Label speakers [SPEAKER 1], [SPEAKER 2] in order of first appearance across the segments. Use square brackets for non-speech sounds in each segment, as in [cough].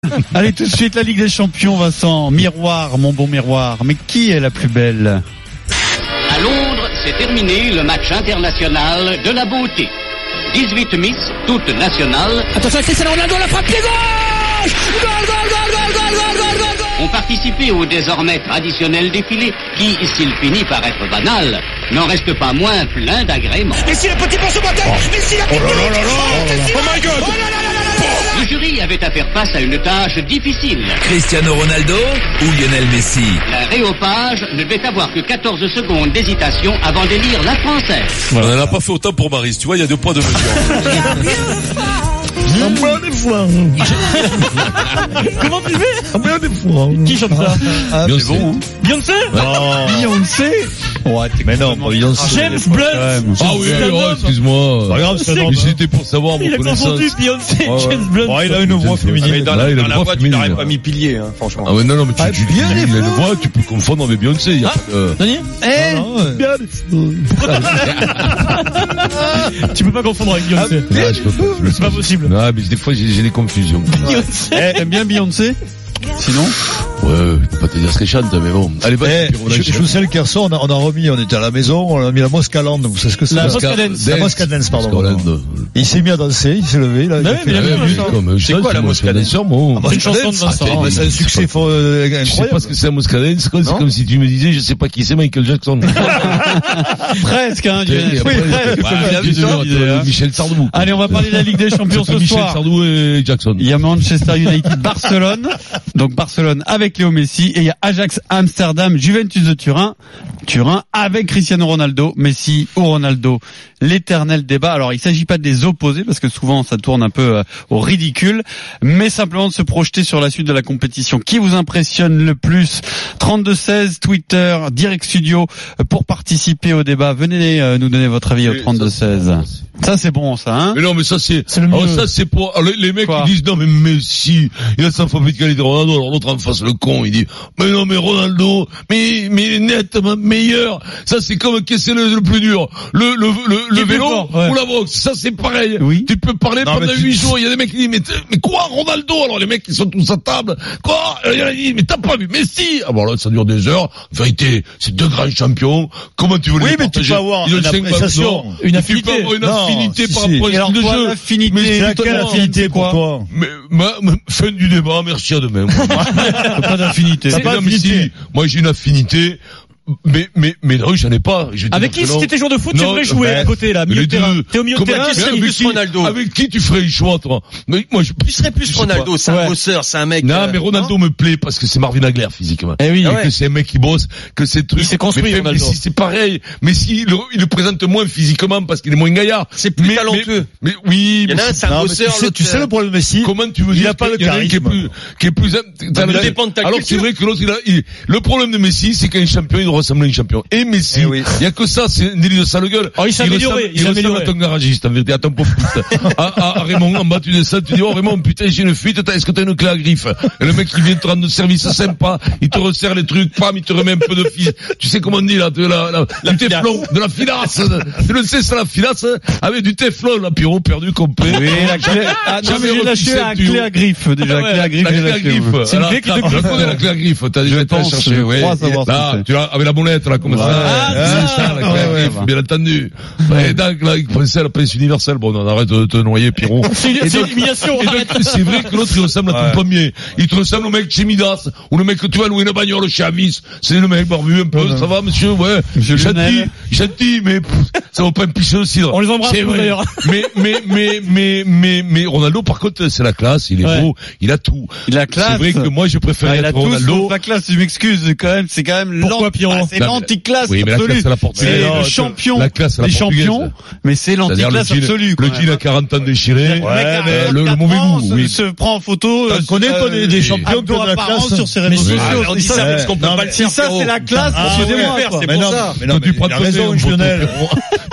[SPEAKER 1] [laughs] Allez, tout de suite, la Ligue des Champions, Vincent. Miroir, mon bon miroir. Mais qui est la plus belle
[SPEAKER 2] À Londres, c'est terminé le match international de la beauté. 18 Miss, toutes nationales,
[SPEAKER 3] Attention à Cristiano Ronaldo, la frappe pied gauche Goal, goal, goal, goal, goal, goal, goal, goal, goal
[SPEAKER 2] ont participé au désormais traditionnel défilé qui, s'il finit par être banal, n'en reste pas moins plein d'agréments.
[SPEAKER 3] Messi, le petit pour ce bataille Messi, la petite boule. Messi,
[SPEAKER 4] Oh my God
[SPEAKER 3] Oh là là là là là là là
[SPEAKER 2] Le jury avait à faire face à une tâche difficile.
[SPEAKER 5] Cristiano Ronaldo ou Lionel Messi
[SPEAKER 2] La Réopage ne devait avoir que 14 secondes d'hésitation avant d'élire la française.
[SPEAKER 4] On n'en a pas fait autant pour Maris, tu vois, il y a deux poids, deux mesures.
[SPEAKER 1] [laughs] Comment tu fais Qui chante ça
[SPEAKER 6] Ah,
[SPEAKER 4] C'est bon, hein
[SPEAKER 1] Beyoncé Ah. Beyoncé
[SPEAKER 6] Ouais, mais non,
[SPEAKER 1] James Blunt
[SPEAKER 6] Ah oui,
[SPEAKER 1] C'est un homme.
[SPEAKER 6] excuse-moi.
[SPEAKER 7] euh,
[SPEAKER 1] Pas grave, c'est un homme.
[SPEAKER 6] Mais C'était pour savoir mon
[SPEAKER 1] Il a
[SPEAKER 6] connaissance.
[SPEAKER 1] confondu Beyoncé et
[SPEAKER 6] Ouais, ouais.
[SPEAKER 1] James Blunt.
[SPEAKER 6] il a une voix féminine.
[SPEAKER 7] Mais dans
[SPEAKER 6] Là,
[SPEAKER 7] la,
[SPEAKER 6] il a
[SPEAKER 7] dans
[SPEAKER 6] une
[SPEAKER 7] la
[SPEAKER 6] voix
[SPEAKER 7] voix, tu
[SPEAKER 6] féminine.
[SPEAKER 7] n'aurais pas mis pilier, hein, franchement.
[SPEAKER 6] Ah ouais, non, non, mais tu,
[SPEAKER 1] Ah,
[SPEAKER 6] tu,
[SPEAKER 1] bien
[SPEAKER 6] tu-
[SPEAKER 1] les
[SPEAKER 6] il a une
[SPEAKER 1] fous.
[SPEAKER 6] voix, tu peux confondre avec Beyoncé.
[SPEAKER 7] Ah.
[SPEAKER 6] il Y a pas de...
[SPEAKER 1] Daniel Eh
[SPEAKER 6] [laughs]
[SPEAKER 1] Tu peux pas confondre avec Beyoncé.
[SPEAKER 7] Eh,
[SPEAKER 6] Non, je peux pas, je peux
[SPEAKER 1] C'est pas possible.
[SPEAKER 6] Non, mais des fois, j'ai j'ai des confusions.
[SPEAKER 1] Beyoncé Eh, T'aimes bien Beyoncé Sinon
[SPEAKER 6] Ouais, je peux pas te dire ce qu'elle chante, mais bon. Allez, vas-y,
[SPEAKER 7] [laughs] Eh,
[SPEAKER 6] Pierrot,
[SPEAKER 7] je,
[SPEAKER 6] lâche.
[SPEAKER 7] je vous sais le Kerson, on a, on a remis, on était à la maison, on a mis la Moscalande, vous savez ce que c'est
[SPEAKER 1] La
[SPEAKER 7] la-
[SPEAKER 1] Mosca Dance.
[SPEAKER 7] La Mosca Dance, pardon. Eh,
[SPEAKER 6] Moscalande.
[SPEAKER 7] Il s'est mis à danser, il s'est levé, là. il
[SPEAKER 1] Bah
[SPEAKER 7] a
[SPEAKER 1] oui, mais
[SPEAKER 7] fait-
[SPEAKER 1] il a
[SPEAKER 6] Ouais,
[SPEAKER 1] vu
[SPEAKER 6] mais
[SPEAKER 1] Vincent.
[SPEAKER 6] comme je
[SPEAKER 4] C'est
[SPEAKER 6] danse,
[SPEAKER 4] quoi, la
[SPEAKER 6] moi,
[SPEAKER 4] Mosca
[SPEAKER 6] je
[SPEAKER 4] Dance
[SPEAKER 6] suis danseur, moi.
[SPEAKER 1] C'est une chanson de Vincent.
[SPEAKER 6] Attends,
[SPEAKER 7] Ah,
[SPEAKER 6] mais
[SPEAKER 7] C'est un succès fort, euh, incroyable.
[SPEAKER 6] Je sais pas ce que c'est la Moscadence, c'est
[SPEAKER 7] Non.
[SPEAKER 6] comme si tu me disais, je sais pas qui c'est Michael
[SPEAKER 7] [laughs]
[SPEAKER 6] Jackson.
[SPEAKER 1] Presque, hein,
[SPEAKER 6] Et
[SPEAKER 1] Lionel.
[SPEAKER 6] après,
[SPEAKER 1] Oui, presque,
[SPEAKER 6] bah,
[SPEAKER 1] comme
[SPEAKER 6] tu
[SPEAKER 1] la
[SPEAKER 6] devais
[SPEAKER 1] vision,
[SPEAKER 6] être,
[SPEAKER 1] l'idée,
[SPEAKER 6] euh,
[SPEAKER 1] hein.
[SPEAKER 6] Michel Sardou. quoi.
[SPEAKER 1] Allez, on va parler de la Ligue des Champions
[SPEAKER 6] C'est
[SPEAKER 1] ce
[SPEAKER 6] Michel
[SPEAKER 1] soir.
[SPEAKER 6] Sardou et Jackson.
[SPEAKER 1] Il y a Manchester United Barcelone, donc Barcelone avec Léo Messi, et il y a Ajax Amsterdam, Juventus de Turin, Turin avec Cristiano Ronaldo, Messi ou Ronaldo. L'éternel débat. Alors il s'agit pas de les opposer parce que souvent ça tourne un peu euh, au ridicule, mais simplement de se projeter sur la suite de la compétition. Qui vous impressionne le plus 32-16, Twitter, Direct Studio euh, pour participer au débat. Venez euh, nous donner votre avis au 32-16. Ça c'est bon ça. Hein
[SPEAKER 6] Mais non, mais ça c'est.
[SPEAKER 1] C'est le
[SPEAKER 6] Alors
[SPEAKER 1] mieux.
[SPEAKER 6] ça c'est pour alors, les, les mecs
[SPEAKER 1] Quoi
[SPEAKER 6] qui disent non mais Messi, il a sa famille de qualité Ronaldo. Alors l'autre en face le con, il dit mais non mais Ronaldo, mais mais il est nettement meilleur. Ça c'est comme qu'est-ce que c'est le, le plus dur, le le le,
[SPEAKER 1] Qui
[SPEAKER 6] le
[SPEAKER 1] est plus
[SPEAKER 6] vélo
[SPEAKER 1] fort, ouais.
[SPEAKER 6] ou la boxe. Ça c'est pareil.
[SPEAKER 1] Oui.
[SPEAKER 6] Tu peux parler
[SPEAKER 7] Non,
[SPEAKER 6] pendant
[SPEAKER 7] mais tu-
[SPEAKER 6] huit jours. Il y a des mecs qui disent mais t'es- mais quoi Ronaldo Alors les mecs qui sont tous à table quoi Il y en a qui disent mais t'as pas vu Messi Alors là ça dure des heures. Vérité, c'est deux grands champions. Comment tu veux
[SPEAKER 7] Oui,
[SPEAKER 6] les
[SPEAKER 7] mais tu
[SPEAKER 6] partager
[SPEAKER 7] peux avoir
[SPEAKER 6] Ils ont
[SPEAKER 7] une
[SPEAKER 6] cinq ballons
[SPEAKER 7] appréciation,
[SPEAKER 6] d'or.
[SPEAKER 1] une
[SPEAKER 6] Tu peux
[SPEAKER 1] affinité.
[SPEAKER 6] avoir une
[SPEAKER 7] Non,
[SPEAKER 6] affinité
[SPEAKER 7] si,
[SPEAKER 6] par
[SPEAKER 7] si.
[SPEAKER 6] rapport au
[SPEAKER 7] Et
[SPEAKER 1] alors,
[SPEAKER 6] style de
[SPEAKER 1] toi,
[SPEAKER 6] jeu.
[SPEAKER 1] l'affinité,
[SPEAKER 6] Mais c'est
[SPEAKER 7] C'est laquelle
[SPEAKER 6] étonnant.
[SPEAKER 7] affinité pour toi
[SPEAKER 6] Mais, ma- ma- fin du débat, merci à demain. Moi,
[SPEAKER 1] Pas d'infinité.
[SPEAKER 7] [laughs] T'as pas
[SPEAKER 6] Non, mais si,
[SPEAKER 7] d'affinité.
[SPEAKER 6] moi, j'ai une affinité, mais, mais, mais non, j'en ai pas. Je dis
[SPEAKER 3] Avec qui,
[SPEAKER 6] non.
[SPEAKER 3] si t'étais joueur de foot, tu
[SPEAKER 6] Non,
[SPEAKER 3] devrais jouer
[SPEAKER 6] ben,
[SPEAKER 3] à côté, là, milieu
[SPEAKER 6] les
[SPEAKER 3] de terrain.
[SPEAKER 6] deux.
[SPEAKER 3] T'es au milieu de
[SPEAKER 6] Comment-
[SPEAKER 3] terrain,
[SPEAKER 6] qui
[SPEAKER 3] c'est
[SPEAKER 6] serait
[SPEAKER 3] plus
[SPEAKER 6] avec qui-
[SPEAKER 4] Ronaldo
[SPEAKER 6] Avec qui tu ferais le choix, toi? Mais moi, je,
[SPEAKER 4] Tu serais plus
[SPEAKER 6] je sais
[SPEAKER 4] Ronaldo, c'est
[SPEAKER 1] Ouais.
[SPEAKER 4] un bosseur, c'est un mec.
[SPEAKER 6] pas.
[SPEAKER 4] euh,
[SPEAKER 6] Non, mais Ronaldo me plaît parce que c'est Marvin Hagler, physiquement.
[SPEAKER 1] Eh oui.
[SPEAKER 6] Et que c'est un mec qui bosse, que c'est truc.
[SPEAKER 4] Ah Il s'est construit,
[SPEAKER 6] mais, même
[SPEAKER 4] Ronaldo.
[SPEAKER 6] Messi, c'est pareil. Mais si, le, il le présente moins physiquement parce qu'il est moins gaillard.
[SPEAKER 4] C'est plus
[SPEAKER 6] Mais-
[SPEAKER 4] talentueux.
[SPEAKER 6] Mais, mais oui,
[SPEAKER 4] Il y en
[SPEAKER 6] mais
[SPEAKER 4] a un,
[SPEAKER 6] c'est-
[SPEAKER 4] c'est un
[SPEAKER 7] Non, mais
[SPEAKER 4] bosseur.
[SPEAKER 7] tu sais,
[SPEAKER 4] l'autre,
[SPEAKER 7] tu sais
[SPEAKER 4] euh,
[SPEAKER 7] le problème de Messi
[SPEAKER 6] Comment tu veux
[SPEAKER 7] Il
[SPEAKER 6] dire
[SPEAKER 7] a pas
[SPEAKER 6] qu'il
[SPEAKER 7] le
[SPEAKER 6] y en a un qui est
[SPEAKER 7] charisme.
[SPEAKER 6] plus, qui est plus,
[SPEAKER 4] Ça dépend de ta
[SPEAKER 6] Alors c'est
[SPEAKER 4] culture.
[SPEAKER 6] vrai que l'autre, il a- il- le problème de Messi, c'est qu'un champion, il doit ressembler à un champion. Et Messi,
[SPEAKER 7] Eh
[SPEAKER 6] il
[SPEAKER 7] oui.
[SPEAKER 6] y a que ça, c'est un délire de sale gueule.
[SPEAKER 3] Oh, il s'est amélioré,
[SPEAKER 6] ressemble-
[SPEAKER 3] il s'est
[SPEAKER 6] ressemble à
[SPEAKER 3] amélioré.
[SPEAKER 6] ton garagiste, en vérité, à ton popiste. à, à, à Raymond, en bas, tu descends, tu dis, oh Raymond, putain, j'ai une fuite, t'as- est-ce que t'as une clé à griffe? Et le mec, qui vient te rendre service sympa, il te resserre les trucs, pam, il te remet un peu de fils. Tu sais comment on dit, là, de la, la, du teflon, de la filasse. Tu le sais, c'est la filasse, avec du teflon, là, Pierrot, perdu, complet.
[SPEAKER 1] Oui, la clé, ah, non,
[SPEAKER 6] Jamais
[SPEAKER 1] mais j'ai
[SPEAKER 6] repoussé
[SPEAKER 1] lâché
[SPEAKER 6] le
[SPEAKER 1] la
[SPEAKER 6] tuyau.
[SPEAKER 1] clé à griffe, déjà. la clé à griffe,
[SPEAKER 6] Ah La
[SPEAKER 1] j'ai
[SPEAKER 6] clé à
[SPEAKER 1] lâché,
[SPEAKER 6] griffe.
[SPEAKER 1] ouais.
[SPEAKER 6] C'est une clé qui te Je connais la clé à griffe. T'as déjà été la
[SPEAKER 1] pense,
[SPEAKER 6] chercher,
[SPEAKER 1] je
[SPEAKER 6] oui.
[SPEAKER 1] crois savoir ce que
[SPEAKER 6] Là,
[SPEAKER 1] c'est.
[SPEAKER 6] tu l'as, avec la boulette, là, comme ça.
[SPEAKER 1] Ah,
[SPEAKER 6] Ouais,
[SPEAKER 1] ça.
[SPEAKER 6] c'est ça, la clé à
[SPEAKER 1] Ouais,
[SPEAKER 6] griffe,
[SPEAKER 1] ouais.
[SPEAKER 6] bien entendu. Et donc, là, il pensait à la presse universelle. Bon, on arrête de te noyer,
[SPEAKER 1] [laughs]
[SPEAKER 6] Pierrot.
[SPEAKER 3] C'est une- c'est une humiliation.
[SPEAKER 6] Et donc, c'est vrai que l'autre, il ressemble à ton premier. Il te ressemble au mec chez Midas, ou le mec que tu vas louer une bagnole chez Avis. C'est le mec barbu un peu. Ça va, monsieur? Ouais.
[SPEAKER 1] Monsieur
[SPEAKER 6] Gentil,
[SPEAKER 1] Lionel.
[SPEAKER 6] gentil, mais pff, ça va pas me picher aussi.
[SPEAKER 3] On les embrasse,
[SPEAKER 6] C'est
[SPEAKER 3] nous,
[SPEAKER 6] vrai.
[SPEAKER 3] d'ailleurs.
[SPEAKER 6] Mais, mais, mais, mais, mais, mais, Ronaldo, par contre, c'est la classe. Il est
[SPEAKER 3] Ouais.
[SPEAKER 6] beau. Il a tout.
[SPEAKER 1] Il a
[SPEAKER 6] C'est
[SPEAKER 1] classe.
[SPEAKER 6] vrai que moi, je préfère
[SPEAKER 1] Ah, il a
[SPEAKER 6] être
[SPEAKER 1] tous
[SPEAKER 6] Ronaldo.
[SPEAKER 1] sauf la classe, je m'excuse quand même, c'est quand même
[SPEAKER 3] Pourquoi,
[SPEAKER 1] l'anti-
[SPEAKER 3] Pierrot
[SPEAKER 1] Ah, c'est
[SPEAKER 6] Non, mais-
[SPEAKER 1] l'anticlasse
[SPEAKER 6] Oui, mais la
[SPEAKER 1] absolue.
[SPEAKER 6] classe à la porte-
[SPEAKER 1] C'est
[SPEAKER 6] Mais non,
[SPEAKER 1] le
[SPEAKER 6] c'est-
[SPEAKER 1] champion
[SPEAKER 6] la classe à la
[SPEAKER 1] des
[SPEAKER 6] portugaise.
[SPEAKER 1] champions, mais c'est
[SPEAKER 6] C'est-à-dire le
[SPEAKER 1] l'anticlasse
[SPEAKER 6] jean-
[SPEAKER 1] absolue. quand
[SPEAKER 6] Le
[SPEAKER 1] même.
[SPEAKER 6] jean à 40 ans déchiré.
[SPEAKER 1] Le mec à
[SPEAKER 6] euh,
[SPEAKER 1] 24
[SPEAKER 6] le, le mauvais
[SPEAKER 1] ans
[SPEAKER 6] goût.
[SPEAKER 1] se,
[SPEAKER 6] Oui.
[SPEAKER 1] se prend en photo.
[SPEAKER 7] T'en
[SPEAKER 1] euh,
[SPEAKER 7] connais, toi, des- des champions qui ont de la
[SPEAKER 1] apparent
[SPEAKER 7] classe
[SPEAKER 1] sur ses réseaux
[SPEAKER 7] Mais si,
[SPEAKER 1] sociaux.
[SPEAKER 4] on
[SPEAKER 1] Et
[SPEAKER 4] dit ça parce qu'on peut
[SPEAKER 7] non,
[SPEAKER 4] pas
[SPEAKER 7] mais-
[SPEAKER 4] le
[SPEAKER 1] Si
[SPEAKER 4] faire.
[SPEAKER 1] ça,
[SPEAKER 4] Pierrot.
[SPEAKER 1] c'est la classe,
[SPEAKER 7] Ah,
[SPEAKER 1] excusez-moi.
[SPEAKER 7] ouais,
[SPEAKER 1] quoi.
[SPEAKER 4] c'est
[SPEAKER 7] Mais
[SPEAKER 4] pour
[SPEAKER 7] non,
[SPEAKER 4] ça.
[SPEAKER 7] mais non,
[SPEAKER 6] Quand
[SPEAKER 7] mais
[SPEAKER 6] tu prends
[SPEAKER 7] il a
[SPEAKER 6] ton
[SPEAKER 7] raison,
[SPEAKER 6] nez,
[SPEAKER 7] Lionel.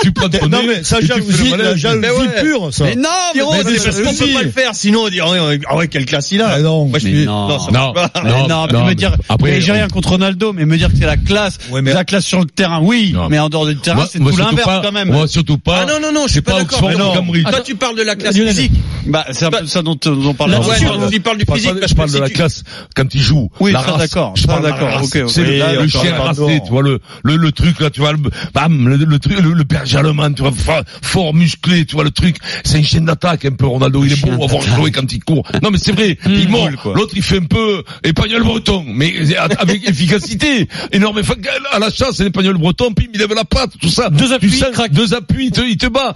[SPEAKER 6] Tu prends ton
[SPEAKER 7] Non
[SPEAKER 6] nez,
[SPEAKER 7] mais ça
[SPEAKER 6] et tu fais le
[SPEAKER 7] jalousie,
[SPEAKER 6] malin.
[SPEAKER 7] la jalousie
[SPEAKER 4] Mais ouais.
[SPEAKER 7] pure ça.
[SPEAKER 1] Mais non, mais
[SPEAKER 4] Pierrot,
[SPEAKER 1] on-
[SPEAKER 4] c'est parce qu'on peut
[SPEAKER 7] si.
[SPEAKER 4] pas le faire, sinon on dit, ah ouais, ah ouais, quelle classe il
[SPEAKER 7] Ah
[SPEAKER 4] a.
[SPEAKER 7] non.
[SPEAKER 4] Moi, je
[SPEAKER 1] Mais
[SPEAKER 4] suis-
[SPEAKER 1] non.
[SPEAKER 4] non, ça
[SPEAKER 6] Non,
[SPEAKER 4] marche pas.
[SPEAKER 1] Mais non, mais me dire,
[SPEAKER 6] après,
[SPEAKER 1] mais j'ai rien contre Ronaldo, mais me dire que c'est la classe,
[SPEAKER 7] Ouais, mais-
[SPEAKER 1] la classe sur le terrain, oui,
[SPEAKER 6] Non.
[SPEAKER 1] mais en dehors du terrain,
[SPEAKER 6] moi-
[SPEAKER 1] c'est
[SPEAKER 6] moi,
[SPEAKER 1] tout
[SPEAKER 6] surtout
[SPEAKER 1] l'inverse
[SPEAKER 6] pas-
[SPEAKER 1] quand même.
[SPEAKER 6] Moi, surtout pas.
[SPEAKER 4] Ah non, non, non, je
[SPEAKER 6] C'est
[SPEAKER 4] suis pas
[SPEAKER 6] pas
[SPEAKER 4] d'accord.
[SPEAKER 6] Oxford,
[SPEAKER 4] Mais non.
[SPEAKER 6] Cambridge.
[SPEAKER 4] Toi, tu parles de la classe
[SPEAKER 3] Lionel.
[SPEAKER 4] physique.
[SPEAKER 1] Bah, c'est un peu ça dont euh, dont on parle.
[SPEAKER 6] Non,
[SPEAKER 1] avant.
[SPEAKER 6] Ah, ouais, non,
[SPEAKER 4] on y parle du
[SPEAKER 6] Je parle
[SPEAKER 4] physique.
[SPEAKER 6] pas de-
[SPEAKER 4] parce
[SPEAKER 6] je
[SPEAKER 4] que
[SPEAKER 6] parle de
[SPEAKER 4] si
[SPEAKER 6] la
[SPEAKER 4] tu-
[SPEAKER 6] classe quand il joue.
[SPEAKER 1] Oui,
[SPEAKER 6] la
[SPEAKER 1] ça,
[SPEAKER 6] race.
[SPEAKER 1] d'accord,
[SPEAKER 6] Je
[SPEAKER 1] ça,
[SPEAKER 6] parle de la
[SPEAKER 1] d'accord,
[SPEAKER 6] race.
[SPEAKER 1] ok, ok.
[SPEAKER 6] Ah, C'est le,
[SPEAKER 1] Oui,
[SPEAKER 6] le
[SPEAKER 1] encore,
[SPEAKER 6] chien
[SPEAKER 1] pardon.
[SPEAKER 6] racé, tu vois le, le le truc là, tu vois le bam, le le truc le, le berger allemand, tu vois fa- fort musclé, tu vois le truc. C'est un chien d'attaque un peu Ronaldo. Il est beau à voir jouer quand il court. Non mais c'est vrai,
[SPEAKER 1] Mmh.
[SPEAKER 6] il mord. L'autre il fait un peu épagnol breton, mais euh,
[SPEAKER 1] [laughs]
[SPEAKER 6] avec efficacité. Énorme effa- à la chasse, l'épagnol breton, puis il lève la patte, tout ça. Deux appuis, deux appuis, il te, il te bat.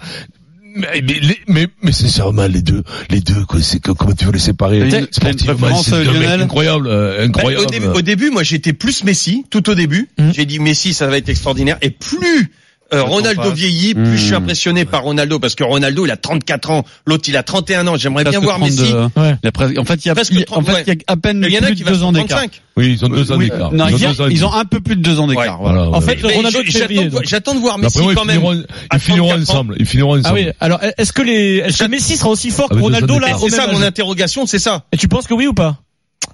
[SPEAKER 6] Mais, mais, les- mais, mais c'est ça, mal, les deux, les deux, quoi, c'est que, comment tu veux les séparer?
[SPEAKER 1] T'as une- t'as une
[SPEAKER 6] Sportivement,
[SPEAKER 1] préférence,
[SPEAKER 6] c'est deux mecs
[SPEAKER 1] Lionel
[SPEAKER 6] incroyables, euh,
[SPEAKER 4] Bah,
[SPEAKER 6] incroyables.
[SPEAKER 4] au, début, au début, moi, j'étais plus Messi, tout au début. J'ai dit Messi, ça va être extraordinaire. Et plus euh, Ronaldo vieillit, plus je suis impressionné par Ronaldo parce que Ronaldo, il a 34 ans, l'autre, il a 31 ans. J'aimerais bien
[SPEAKER 1] Presque
[SPEAKER 4] voir
[SPEAKER 1] 32,
[SPEAKER 4] Messi.
[SPEAKER 1] hein.
[SPEAKER 8] Ouais.
[SPEAKER 1] Il a presque- En fait, il y a,
[SPEAKER 4] Presque
[SPEAKER 1] il y a- en
[SPEAKER 4] 30,
[SPEAKER 1] fait, il y a à peine
[SPEAKER 4] Il y en a
[SPEAKER 1] plus
[SPEAKER 4] qui
[SPEAKER 1] de
[SPEAKER 4] va
[SPEAKER 1] deux ans
[SPEAKER 4] sur
[SPEAKER 1] d'écart.
[SPEAKER 4] 35.
[SPEAKER 6] oui, ils ont deux ans
[SPEAKER 1] Oui,
[SPEAKER 6] d'écart.
[SPEAKER 1] non,
[SPEAKER 6] ils
[SPEAKER 1] ils,
[SPEAKER 6] ont deux ans
[SPEAKER 1] ils
[SPEAKER 6] d'écart.
[SPEAKER 1] ont un peu plus de deux ans d'écart.
[SPEAKER 4] Ouais.
[SPEAKER 1] voilà.
[SPEAKER 6] Voilà,
[SPEAKER 8] En
[SPEAKER 6] ouais.
[SPEAKER 8] fait,
[SPEAKER 4] Mais
[SPEAKER 8] Ronaldo de
[SPEAKER 4] j'-
[SPEAKER 8] février.
[SPEAKER 4] j'attends,
[SPEAKER 8] donc.
[SPEAKER 4] j'attends de voir
[SPEAKER 6] Mais après,
[SPEAKER 4] Messi
[SPEAKER 6] moi,
[SPEAKER 4] quand
[SPEAKER 6] ils
[SPEAKER 4] même.
[SPEAKER 6] finiront,
[SPEAKER 4] à
[SPEAKER 6] ils finiront
[SPEAKER 4] 34 ans.
[SPEAKER 6] ensemble, ils finiront
[SPEAKER 8] Ah oui,
[SPEAKER 6] ensemble.
[SPEAKER 8] alors est-ce que les est-ce que Messi sera aussi fort que
[SPEAKER 6] Avec deux
[SPEAKER 8] Ronaldo
[SPEAKER 6] ans
[SPEAKER 8] là
[SPEAKER 6] d'écart.
[SPEAKER 8] au
[SPEAKER 4] C'est ça
[SPEAKER 8] même
[SPEAKER 4] mon
[SPEAKER 8] âge
[SPEAKER 4] interrogation, c'est ça.
[SPEAKER 8] Et tu penses que oui ou pas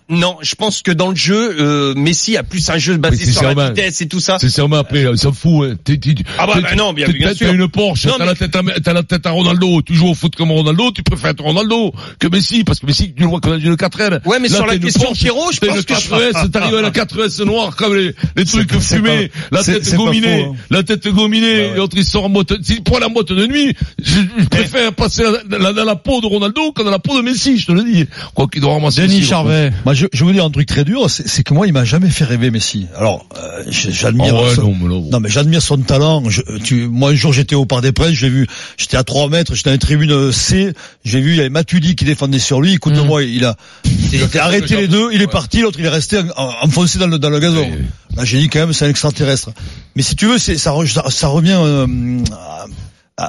[SPEAKER 4] Non, je pense que dans le jeu, euh, Messi a plus un jeu basé
[SPEAKER 6] c'est
[SPEAKER 4] sur la
[SPEAKER 6] Germain.
[SPEAKER 4] vitesse et tout ça.
[SPEAKER 6] C'est sûrement après, on s'en fout, hein. T'es- t'es-
[SPEAKER 4] Ah bah,
[SPEAKER 6] t'es-
[SPEAKER 4] bah non, bien-
[SPEAKER 6] t'es-
[SPEAKER 4] bien
[SPEAKER 6] t'as-
[SPEAKER 4] sûr.
[SPEAKER 6] T'as une Porsche,
[SPEAKER 4] Non,
[SPEAKER 6] t'as
[SPEAKER 4] mais-
[SPEAKER 6] la tête à, t'as la tête à Ronaldo, tu joues au foot comme Ronaldo, tu préfères être Ronaldo que Messi, parce que Messi, tu le vois qu'on a une 4L.
[SPEAKER 4] Ouais, mais
[SPEAKER 6] Là,
[SPEAKER 4] sur
[SPEAKER 6] t'as
[SPEAKER 4] la
[SPEAKER 6] une
[SPEAKER 4] question
[SPEAKER 6] Porsche,
[SPEAKER 4] Pierrot, je
[SPEAKER 6] T'as
[SPEAKER 4] pense
[SPEAKER 6] une
[SPEAKER 4] que je-
[SPEAKER 6] 4S, t'arrives à la 4S noire, comme les, les trucs fumés, la
[SPEAKER 7] c'est-
[SPEAKER 6] tête
[SPEAKER 7] c'est pas
[SPEAKER 6] gominée,
[SPEAKER 7] faux, hein.
[SPEAKER 6] la tête gominée, et l'autre il sort en moto, s'il prend la moto de nuit, je, je
[SPEAKER 4] Eh.
[SPEAKER 6] préfère passer la- la- dans la peau de Ronaldo que dans la peau de Messi, je te le dis. Quoi qu'il doit ramasser.
[SPEAKER 1] Denis
[SPEAKER 6] Messi,
[SPEAKER 1] Charvet.
[SPEAKER 7] Moi, Bah, je, je vais vous dire un truc très dur, c'est c'est que moi, il m'a jamais fait rêver Messi. Alors, euh, j- j'admire.
[SPEAKER 6] Ah ouais,
[SPEAKER 7] son-
[SPEAKER 6] non, mais là, bon.
[SPEAKER 7] Non, mais j'admire son talent. Je- tu- moi, un jour, j'étais au Parc des Princes, j'ai vu, j'étais à 3 mètres, j'étais dans une tribune euh, C, j'ai vu, il y avait Matuidi qui défendait sur lui. Écoute-moi, il a, il a arrêté les deux, il est parti, l'autre, il est resté en- en- enfoncé dans le, dans le gazon.
[SPEAKER 6] Oui, oui.
[SPEAKER 7] Là, j'ai dit quand même, c'est un extraterrestre. Mais si tu veux, c'est, ça, re- ça, ça revient euh, à,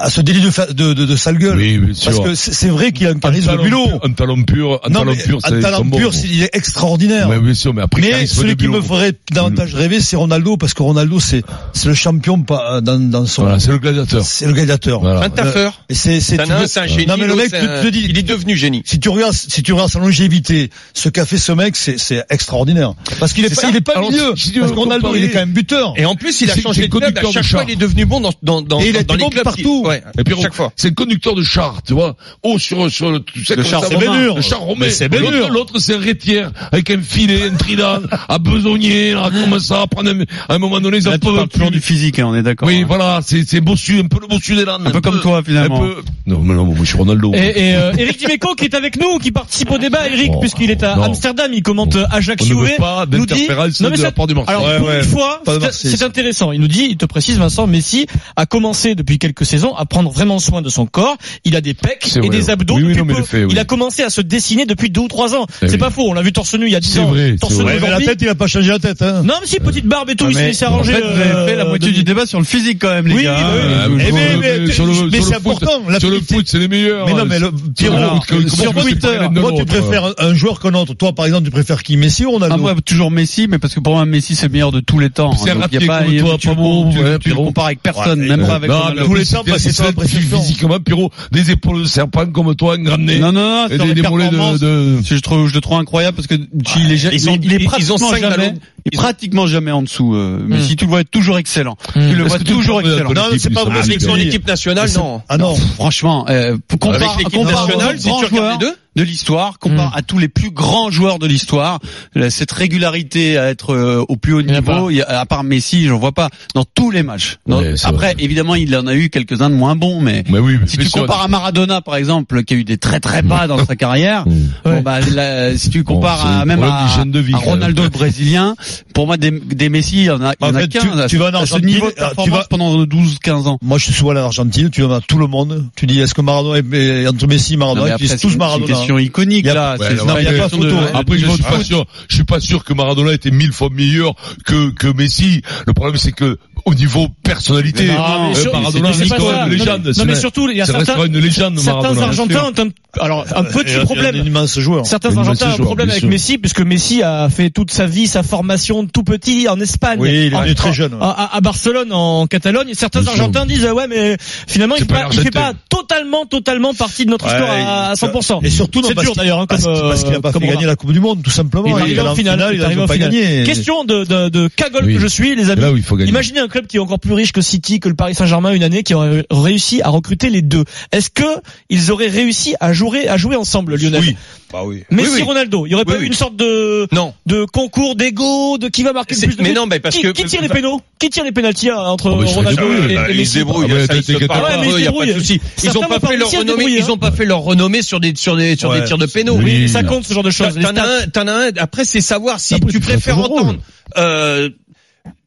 [SPEAKER 7] à ce délit de, fa- de, de- de sale gueule.
[SPEAKER 6] Oui, bien sûr.
[SPEAKER 7] Parce que c'est c'est vrai qu'il a un charisme de
[SPEAKER 6] talent
[SPEAKER 7] bulot.
[SPEAKER 6] pur- Un talent pur, un
[SPEAKER 7] Non,
[SPEAKER 6] talent
[SPEAKER 7] mais
[SPEAKER 6] pur,
[SPEAKER 7] un
[SPEAKER 6] c'est
[SPEAKER 7] talent
[SPEAKER 6] ils sont
[SPEAKER 7] pur,
[SPEAKER 6] bons.
[SPEAKER 7] c'est- il est extraordinaire.
[SPEAKER 6] Ouais, bien sûr, mais après,
[SPEAKER 7] Mais
[SPEAKER 6] charisme de
[SPEAKER 7] celui qui
[SPEAKER 6] bulot.
[SPEAKER 7] me ferait
[SPEAKER 6] Mm.
[SPEAKER 7] davantage rêver, c'est Ronaldo, parce que Ronaldo, c'est c'est le champion pas- euh, dans, dans son.
[SPEAKER 6] Voilà, c'est le gladiateur.
[SPEAKER 7] c'est le gladiateur.
[SPEAKER 6] Voilà.
[SPEAKER 4] Un taffeur.
[SPEAKER 7] Et c'est c'est
[SPEAKER 4] T'en as un, c'est un génie.
[SPEAKER 7] Non mais le
[SPEAKER 4] l'autre,
[SPEAKER 7] mec,
[SPEAKER 4] c'est
[SPEAKER 7] tu
[SPEAKER 4] un-
[SPEAKER 7] te dis,
[SPEAKER 4] il est devenu génie.
[SPEAKER 7] si tu regardes, si tu regardes sa longévité, ce qu'a fait ce mec, c'est c'est extraordinaire. Parce qu'il est,
[SPEAKER 4] C'est
[SPEAKER 7] pas,
[SPEAKER 4] ça.
[SPEAKER 7] il est pas
[SPEAKER 6] Alors,
[SPEAKER 7] milieu.
[SPEAKER 6] si tu
[SPEAKER 7] parce
[SPEAKER 6] veux
[SPEAKER 7] que Ronaldo,
[SPEAKER 6] comparer-
[SPEAKER 7] il est quand même buteur.
[SPEAKER 4] Et en plus, il a
[SPEAKER 6] C'est- c'est
[SPEAKER 4] changé de club. À
[SPEAKER 6] conducteur de
[SPEAKER 4] chaque fois,
[SPEAKER 6] char.
[SPEAKER 4] il est devenu bon dans dans dans,
[SPEAKER 7] Et il a
[SPEAKER 4] dans,
[SPEAKER 7] été
[SPEAKER 4] les
[SPEAKER 7] bon
[SPEAKER 4] clubs
[SPEAKER 7] partout.
[SPEAKER 4] qui- Ouais,
[SPEAKER 6] Et puis,
[SPEAKER 4] chaque fois.
[SPEAKER 6] c'est le conducteur de char, tu vois. Oh, sur, sur le, tu sais,
[SPEAKER 1] Le
[SPEAKER 6] comme
[SPEAKER 1] char,
[SPEAKER 6] ça,
[SPEAKER 1] c'est
[SPEAKER 6] Romain.
[SPEAKER 1] Bénure.
[SPEAKER 6] Le char romain.
[SPEAKER 1] Mais c'est Bénure.
[SPEAKER 6] L'autre- L'autre, c'est un rétière, avec un filet, un trident, à besogner, à commencer à prendre un, à un moment donné, ils en
[SPEAKER 1] Là, tu
[SPEAKER 6] peuvent
[SPEAKER 1] parles
[SPEAKER 6] plus.
[SPEAKER 1] toujours du physique, hein, on est d'accord.
[SPEAKER 6] Oui,
[SPEAKER 1] hein.
[SPEAKER 6] voilà, c'est, c'est bossu, un peu le bossu des Landes.
[SPEAKER 1] Un peu comme toi, finalement.
[SPEAKER 6] Un peu, non, mais non, moi, je suis Ronaldo.
[SPEAKER 8] Et, et euh, Eric Dimeco qui est avec nous, qui participe au débat, Eric,
[SPEAKER 6] Oh,
[SPEAKER 8] puisqu'il est à
[SPEAKER 6] non.
[SPEAKER 8] Amsterdam, il commente euh, Ajax
[SPEAKER 6] On ne
[SPEAKER 8] UV,
[SPEAKER 6] veut pas
[SPEAKER 8] nous dit,
[SPEAKER 6] d'interférence
[SPEAKER 8] non mais
[SPEAKER 6] de
[SPEAKER 8] ça-
[SPEAKER 6] la part du Marseille.
[SPEAKER 8] alors
[SPEAKER 7] Ouais,
[SPEAKER 8] pour
[SPEAKER 7] ouais,
[SPEAKER 8] une fois,
[SPEAKER 7] pas de
[SPEAKER 8] c'est-
[SPEAKER 7] Marseille,
[SPEAKER 8] c'est
[SPEAKER 7] ça.
[SPEAKER 8] intéressant. Il nous dit, il te précise Vincent, Messi a commencé depuis quelques saisons à prendre vraiment soin de son corps. Il a des pecs
[SPEAKER 6] C'est
[SPEAKER 8] et
[SPEAKER 6] vrai,
[SPEAKER 8] des
[SPEAKER 6] ouais.
[SPEAKER 8] abdos
[SPEAKER 6] Oui, oui,
[SPEAKER 8] depuis
[SPEAKER 6] non, mais
[SPEAKER 8] peu.
[SPEAKER 6] il le fait, oui.
[SPEAKER 8] a commencé à se dessiner depuis deux ou trois ans.
[SPEAKER 6] Eh
[SPEAKER 8] c'est
[SPEAKER 6] oui.
[SPEAKER 8] pas faux. On l'a vu torse nu il y a dix
[SPEAKER 6] C'est
[SPEAKER 8] ans.
[SPEAKER 6] vrai,
[SPEAKER 8] torse
[SPEAKER 6] c'est
[SPEAKER 8] nu
[SPEAKER 6] vrai.
[SPEAKER 7] Ouais, mais la
[SPEAKER 8] aujourd'hui.
[SPEAKER 7] tête, il a pas changé la tête. Hein.
[SPEAKER 8] Non mais si petite barbe et tout, il s'est laissé
[SPEAKER 1] En
[SPEAKER 8] arranger.
[SPEAKER 1] fait, vous avez fait la
[SPEAKER 8] euh,
[SPEAKER 1] moitié du débat sur le physique quand même, les
[SPEAKER 8] Oui,
[SPEAKER 1] gars.
[SPEAKER 8] bah oui.
[SPEAKER 1] Euh,
[SPEAKER 6] Euh,
[SPEAKER 7] Eh
[SPEAKER 6] sur
[SPEAKER 7] mais-
[SPEAKER 6] le-
[SPEAKER 7] mais-
[SPEAKER 6] sur le- sur
[SPEAKER 7] mais
[SPEAKER 6] le
[SPEAKER 7] c'est
[SPEAKER 6] foot-
[SPEAKER 7] important, la
[SPEAKER 6] Sur le
[SPEAKER 7] politique.
[SPEAKER 6] foot, c'est les meilleurs.
[SPEAKER 7] Mais non, mais le, Pierrot,
[SPEAKER 6] Alors,
[SPEAKER 7] comment tu
[SPEAKER 6] sur
[SPEAKER 7] peux
[SPEAKER 6] Twitter,
[SPEAKER 7] séparer l'un de
[SPEAKER 6] moi,
[SPEAKER 7] l'autre
[SPEAKER 6] tu préfères
[SPEAKER 7] un- un joueur qu'un autre. Toi, par exemple, tu préfères qui Messi ou Ronaldo
[SPEAKER 1] Ah, moi, toujours Messi, mais parce que pour moi, Messi, c'est le meilleur de tous les temps.
[SPEAKER 6] C'est un
[SPEAKER 1] Donc, y a
[SPEAKER 6] raté
[SPEAKER 1] pas,
[SPEAKER 6] comme
[SPEAKER 1] y a-
[SPEAKER 6] toi,
[SPEAKER 1] tu,
[SPEAKER 6] pas
[SPEAKER 1] le-
[SPEAKER 6] bon,
[SPEAKER 1] tu-
[SPEAKER 6] ouais,
[SPEAKER 1] tu le
[SPEAKER 6] Pierrot.
[SPEAKER 1] compares avec personne,
[SPEAKER 7] Ouais,
[SPEAKER 1] même
[SPEAKER 7] euh,
[SPEAKER 1] pas avec
[SPEAKER 6] non,
[SPEAKER 1] Ronaldo.
[SPEAKER 6] mais
[SPEAKER 7] Tous les
[SPEAKER 6] c'est-
[SPEAKER 7] temps, parce que
[SPEAKER 6] c'est
[SPEAKER 7] c'est
[SPEAKER 6] celle
[SPEAKER 7] pas
[SPEAKER 6] qui,
[SPEAKER 7] impressionnant.
[SPEAKER 6] physiquement, Pierrot, des épaules de serpent comme toi, un grand nez.
[SPEAKER 1] Non, non, non,
[SPEAKER 6] et
[SPEAKER 1] sur
[SPEAKER 6] des,
[SPEAKER 1] les
[SPEAKER 6] des mollets de,
[SPEAKER 1] performances,
[SPEAKER 6] de-
[SPEAKER 1] Je, trouve, je le trouve incroyable parce que tu- il est, ja-
[SPEAKER 4] ils ont-
[SPEAKER 1] il est
[SPEAKER 4] ils- ils ont
[SPEAKER 1] pratiquement
[SPEAKER 4] cinq
[SPEAKER 1] jamais,
[SPEAKER 4] ballons.
[SPEAKER 1] il est pratiquement jamais en dessous. euh, Mais si tu le vois être toujours excellent, tu le
[SPEAKER 6] Est-ce
[SPEAKER 1] vois
[SPEAKER 6] que tu
[SPEAKER 1] toujours
[SPEAKER 6] parles de la
[SPEAKER 1] excellent.
[SPEAKER 6] politique,
[SPEAKER 7] Non, c'est pas
[SPEAKER 6] Luis
[SPEAKER 7] vrai,
[SPEAKER 6] Enrique
[SPEAKER 4] Avec son
[SPEAKER 7] c'est-
[SPEAKER 4] équipe nationale, non.
[SPEAKER 7] Ah non.
[SPEAKER 1] Franchement, euh, compare,
[SPEAKER 4] Avec l'équipe
[SPEAKER 1] compare
[SPEAKER 4] nationale,
[SPEAKER 1] aux
[SPEAKER 4] si tu
[SPEAKER 1] grands
[SPEAKER 4] regardes
[SPEAKER 1] joueurs
[SPEAKER 4] les deux.
[SPEAKER 1] de l'histoire, compare à tous les plus grands joueurs de l'histoire, là, cette régularité à être euh, au plus haut
[SPEAKER 8] en a
[SPEAKER 1] niveau, il y a- à part Messi, j'en vois pas dans tous les matchs. Dans-
[SPEAKER 6] Ouais, c'est
[SPEAKER 1] après, évidemment, il en a eu quelques-uns de moins bons, mais
[SPEAKER 6] Mais oui, mais
[SPEAKER 1] si
[SPEAKER 6] bien
[SPEAKER 1] tu
[SPEAKER 6] sûr,
[SPEAKER 1] compares à Maradona, par exemple, qui a eu des très très bas dans sa carrière,
[SPEAKER 6] Mmh.
[SPEAKER 1] bon, bah, là, si tu compares
[SPEAKER 6] Bon, c'est
[SPEAKER 1] à,
[SPEAKER 6] le
[SPEAKER 1] même
[SPEAKER 6] problème
[SPEAKER 1] à,
[SPEAKER 6] du gène de vie,
[SPEAKER 1] à
[SPEAKER 6] quand même.
[SPEAKER 1] Ronaldo le brésilien, pour moi, des, des Messi, il y en a, il y en
[SPEAKER 7] En
[SPEAKER 1] a
[SPEAKER 7] fait,
[SPEAKER 1] qu'un.
[SPEAKER 7] tu-
[SPEAKER 1] là,
[SPEAKER 7] tu vas en
[SPEAKER 1] à ce
[SPEAKER 7] Argentine,
[SPEAKER 1] niveau de
[SPEAKER 7] tu vas- Ah,
[SPEAKER 1] performance pendant 12-15 ans.
[SPEAKER 7] Moi, je suis souvent allé en Argentine, tu vas à tout le monde. Tu dis, est-ce que Maradona est, est entre Messi et
[SPEAKER 1] Non, mais
[SPEAKER 7] Maradona, ils
[SPEAKER 1] après,
[SPEAKER 7] disent
[SPEAKER 1] c'est une-
[SPEAKER 7] tous
[SPEAKER 1] c'est une
[SPEAKER 7] Maradona.
[SPEAKER 1] question iconique,
[SPEAKER 7] Y a-
[SPEAKER 1] là.
[SPEAKER 6] Ouais,
[SPEAKER 1] c'est-
[SPEAKER 6] non,
[SPEAKER 1] c'est
[SPEAKER 6] mais y a
[SPEAKER 1] une
[SPEAKER 7] pas
[SPEAKER 1] question de-
[SPEAKER 7] photo, hein.
[SPEAKER 6] Après, je
[SPEAKER 1] de-
[SPEAKER 6] suis pas sûr, je suis pas sûr que Maradona était mille fois meilleur que, que Messi. Le problème, c'est que, au niveau personnalité,
[SPEAKER 1] Mais
[SPEAKER 8] Ah, mais
[SPEAKER 6] euh,
[SPEAKER 8] sur-
[SPEAKER 6] Maradona,
[SPEAKER 8] mais c'est
[SPEAKER 6] c'est
[SPEAKER 8] pas
[SPEAKER 6] quand
[SPEAKER 8] ça.
[SPEAKER 6] même une légende.
[SPEAKER 8] Non, mais-
[SPEAKER 6] C'est
[SPEAKER 8] Non mais
[SPEAKER 6] vrai.
[SPEAKER 8] surtout, il y a
[SPEAKER 6] Ça restera
[SPEAKER 8] certains
[SPEAKER 6] une légende,
[SPEAKER 8] certains
[SPEAKER 6] Maradona.
[SPEAKER 8] Argentins ont un, alors un
[SPEAKER 7] Et
[SPEAKER 8] petit
[SPEAKER 7] un-
[SPEAKER 8] problème.
[SPEAKER 7] Un immense joueur.
[SPEAKER 8] Certains
[SPEAKER 6] Mais nous,
[SPEAKER 8] Argentins
[SPEAKER 6] c'est
[SPEAKER 8] ont un
[SPEAKER 6] sûr,
[SPEAKER 8] problème
[SPEAKER 6] bien
[SPEAKER 8] avec
[SPEAKER 6] sûr.
[SPEAKER 8] Messi puisque Messi a fait toute sa vie, sa formation tout petit en Espagne,
[SPEAKER 7] Oui, il est
[SPEAKER 8] en-
[SPEAKER 7] né très jeune, ouais.
[SPEAKER 8] à, à- à Barcelone, en Catalogne. Et certains
[SPEAKER 6] Bien sûr.
[SPEAKER 8] Argentins disent ah ouais mais finalement il
[SPEAKER 6] C'est
[SPEAKER 8] fait
[SPEAKER 6] pas
[SPEAKER 8] pas, il fait
[SPEAKER 6] l'Argentin.
[SPEAKER 8] pas totalement totalement partie de notre
[SPEAKER 7] Ouais,
[SPEAKER 8] histoire à, à 100%.
[SPEAKER 7] Et surtout, non,
[SPEAKER 8] c'est
[SPEAKER 7] parce
[SPEAKER 8] dur
[SPEAKER 7] qu'il-
[SPEAKER 8] d'ailleurs hein, comme
[SPEAKER 7] parce, parce qu'il
[SPEAKER 8] euh,
[SPEAKER 7] a pas fait
[SPEAKER 8] comme
[SPEAKER 7] gagner la Coupe du Monde, tout simplement.
[SPEAKER 8] il est
[SPEAKER 7] Il
[SPEAKER 8] arrivé
[SPEAKER 7] est allé
[SPEAKER 8] en finale, il
[SPEAKER 7] ils
[SPEAKER 8] est arrivé
[SPEAKER 7] n'ont
[SPEAKER 8] en
[SPEAKER 7] pas
[SPEAKER 8] finale.
[SPEAKER 7] gagné.
[SPEAKER 8] Question de, de, de cagole
[SPEAKER 6] Oui.
[SPEAKER 8] que je suis, les
[SPEAKER 6] C'est
[SPEAKER 8] amis.
[SPEAKER 6] là où il faut gagner.
[SPEAKER 8] Imaginez un club club qui est encore plus riche que City, que le Paris Saint-Germain une année, qui ont réussi à recruter les deux. Est-ce que ils auraient réussi à jouer, à jouer ensemble, Lionel
[SPEAKER 4] Oui. Bah oui.
[SPEAKER 8] Messi
[SPEAKER 4] Oui, oui.
[SPEAKER 8] Ronaldo, il y aurait
[SPEAKER 4] Oui,
[SPEAKER 8] pas eu
[SPEAKER 4] oui.
[SPEAKER 8] une sorte de
[SPEAKER 4] Non.
[SPEAKER 8] de concours d'ego, de qui va marquer le
[SPEAKER 4] C'est-
[SPEAKER 8] plus de
[SPEAKER 4] mais
[SPEAKER 8] buts
[SPEAKER 4] non, mais parce
[SPEAKER 8] qui,
[SPEAKER 4] que-
[SPEAKER 8] qui tire les pénaux Qui tire les pénalties hein, entre
[SPEAKER 6] Oh, mais ils se
[SPEAKER 8] Ronaldo
[SPEAKER 6] débrouillent.
[SPEAKER 8] et,
[SPEAKER 6] Bah,
[SPEAKER 8] et
[SPEAKER 4] ils se
[SPEAKER 8] Messi
[SPEAKER 4] débrouillent,
[SPEAKER 6] Ah ouais,
[SPEAKER 4] ça, ils se
[SPEAKER 6] t'inquiète
[SPEAKER 4] parlent
[SPEAKER 8] pas.
[SPEAKER 4] entre
[SPEAKER 8] Ouais, mais
[SPEAKER 4] eux,
[SPEAKER 8] ils
[SPEAKER 4] y a
[SPEAKER 8] se
[SPEAKER 4] pas de
[SPEAKER 8] débrouillent.
[SPEAKER 4] souci. Ils
[SPEAKER 8] Certains
[SPEAKER 4] ont pas
[SPEAKER 8] vont
[SPEAKER 4] fait leur
[SPEAKER 8] partir se
[SPEAKER 4] renommée,
[SPEAKER 8] débrouiller,
[SPEAKER 4] ils ont pas fait leur renommée sur des, sur des, sur
[SPEAKER 7] Ouais.
[SPEAKER 4] des tirs de pénaux.
[SPEAKER 6] Oui.
[SPEAKER 8] Oui, mais ça compte ce genre de
[SPEAKER 4] T'en
[SPEAKER 8] choses. les
[SPEAKER 4] t'en
[SPEAKER 8] stats.
[SPEAKER 4] as un, t'en as un. Après, c'est savoir si
[SPEAKER 6] Après,
[SPEAKER 4] tu
[SPEAKER 6] c'est
[SPEAKER 4] préfères
[SPEAKER 6] très drôle.
[SPEAKER 4] entendre. euh,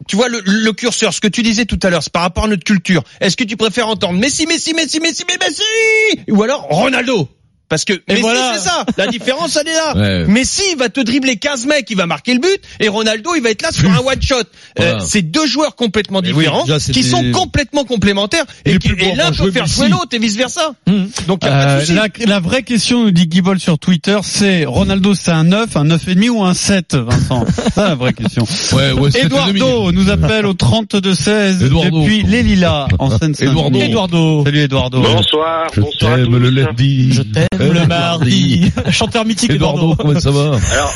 [SPEAKER 4] tu vois le, le curseur, ce que tu disais tout à l'heure, c'est par rapport à notre culture. Est-ce que tu préfères entendre Messi, Messi, Messi, Messi, mais Messi, ou alors Ronaldo Parce que Messi,
[SPEAKER 8] voilà.
[SPEAKER 4] c'est ça. La différence, elle est là.
[SPEAKER 6] Ouais.
[SPEAKER 4] Messi il va te dribbler 15 mecs, il va marquer le but, et Ronaldo, il va être là sur un one shot. Euh,
[SPEAKER 6] Voilà.
[SPEAKER 4] c'est deux joueurs complètement
[SPEAKER 7] Mais oui,
[SPEAKER 4] différents,
[SPEAKER 7] déjà, c'est
[SPEAKER 4] qui
[SPEAKER 7] des-
[SPEAKER 4] sont complètement complémentaires,
[SPEAKER 7] Il
[SPEAKER 4] et,
[SPEAKER 7] est
[SPEAKER 4] qui-
[SPEAKER 7] plus
[SPEAKER 4] et
[SPEAKER 7] bon
[SPEAKER 4] l'un
[SPEAKER 7] pour
[SPEAKER 4] peut
[SPEAKER 7] jouer
[SPEAKER 4] faire
[SPEAKER 7] Messi.
[SPEAKER 4] jouer l'autre et vice versa.
[SPEAKER 8] Mhm.
[SPEAKER 4] Donc y a pas de
[SPEAKER 1] Euh,
[SPEAKER 4] souci.
[SPEAKER 1] la, la vraie question, nous dit Guy Boll sur Twitter, c'est Ronaldo, c'est un 9, un 9,5 ou un 7, Vincent C'est ça la vraie question.
[SPEAKER 6] Ouais, ouais, c'est
[SPEAKER 1] Eduardo nous appelle [laughs] au 32-16
[SPEAKER 6] Eduardo.
[SPEAKER 1] depuis les Lilas, en
[SPEAKER 6] Eduardo.
[SPEAKER 1] Seine-Saint-Denis.
[SPEAKER 8] Eduardo,
[SPEAKER 1] Salut Eduardo.
[SPEAKER 9] Bonsoir, bonsoir à tous.
[SPEAKER 6] lundi. Hein,
[SPEAKER 8] je t'aime le mardi. Chanteur mythique
[SPEAKER 6] Eduardo,
[SPEAKER 8] Eduardo.
[SPEAKER 6] comment ça va
[SPEAKER 9] Alors,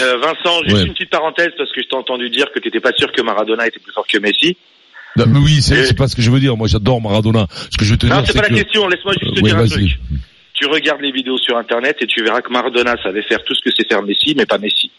[SPEAKER 9] euh, Vincent, Ah, j'ai
[SPEAKER 6] Ouais.
[SPEAKER 9] juste une petite parenthèse parce que je t'ai entendu dire que t'étais pas sûr que Maradona était plus fort que Messi.
[SPEAKER 6] Non, mais oui, c'est
[SPEAKER 9] Et-
[SPEAKER 6] c'est pas ce que je veux dire. Moi, j'adore Maradona. Ce que je veux te
[SPEAKER 9] Non,
[SPEAKER 6] dire,
[SPEAKER 9] c'est
[SPEAKER 6] c'est
[SPEAKER 9] pas
[SPEAKER 6] que...
[SPEAKER 9] la question. Laisse-moi juste te
[SPEAKER 6] Oui,
[SPEAKER 9] dire un
[SPEAKER 6] vas-y.
[SPEAKER 9] truc. Tu regardes les vidéos sur Internet et tu verras que Maradona savait faire tout ce que sait faire Messi, mais pas Messi.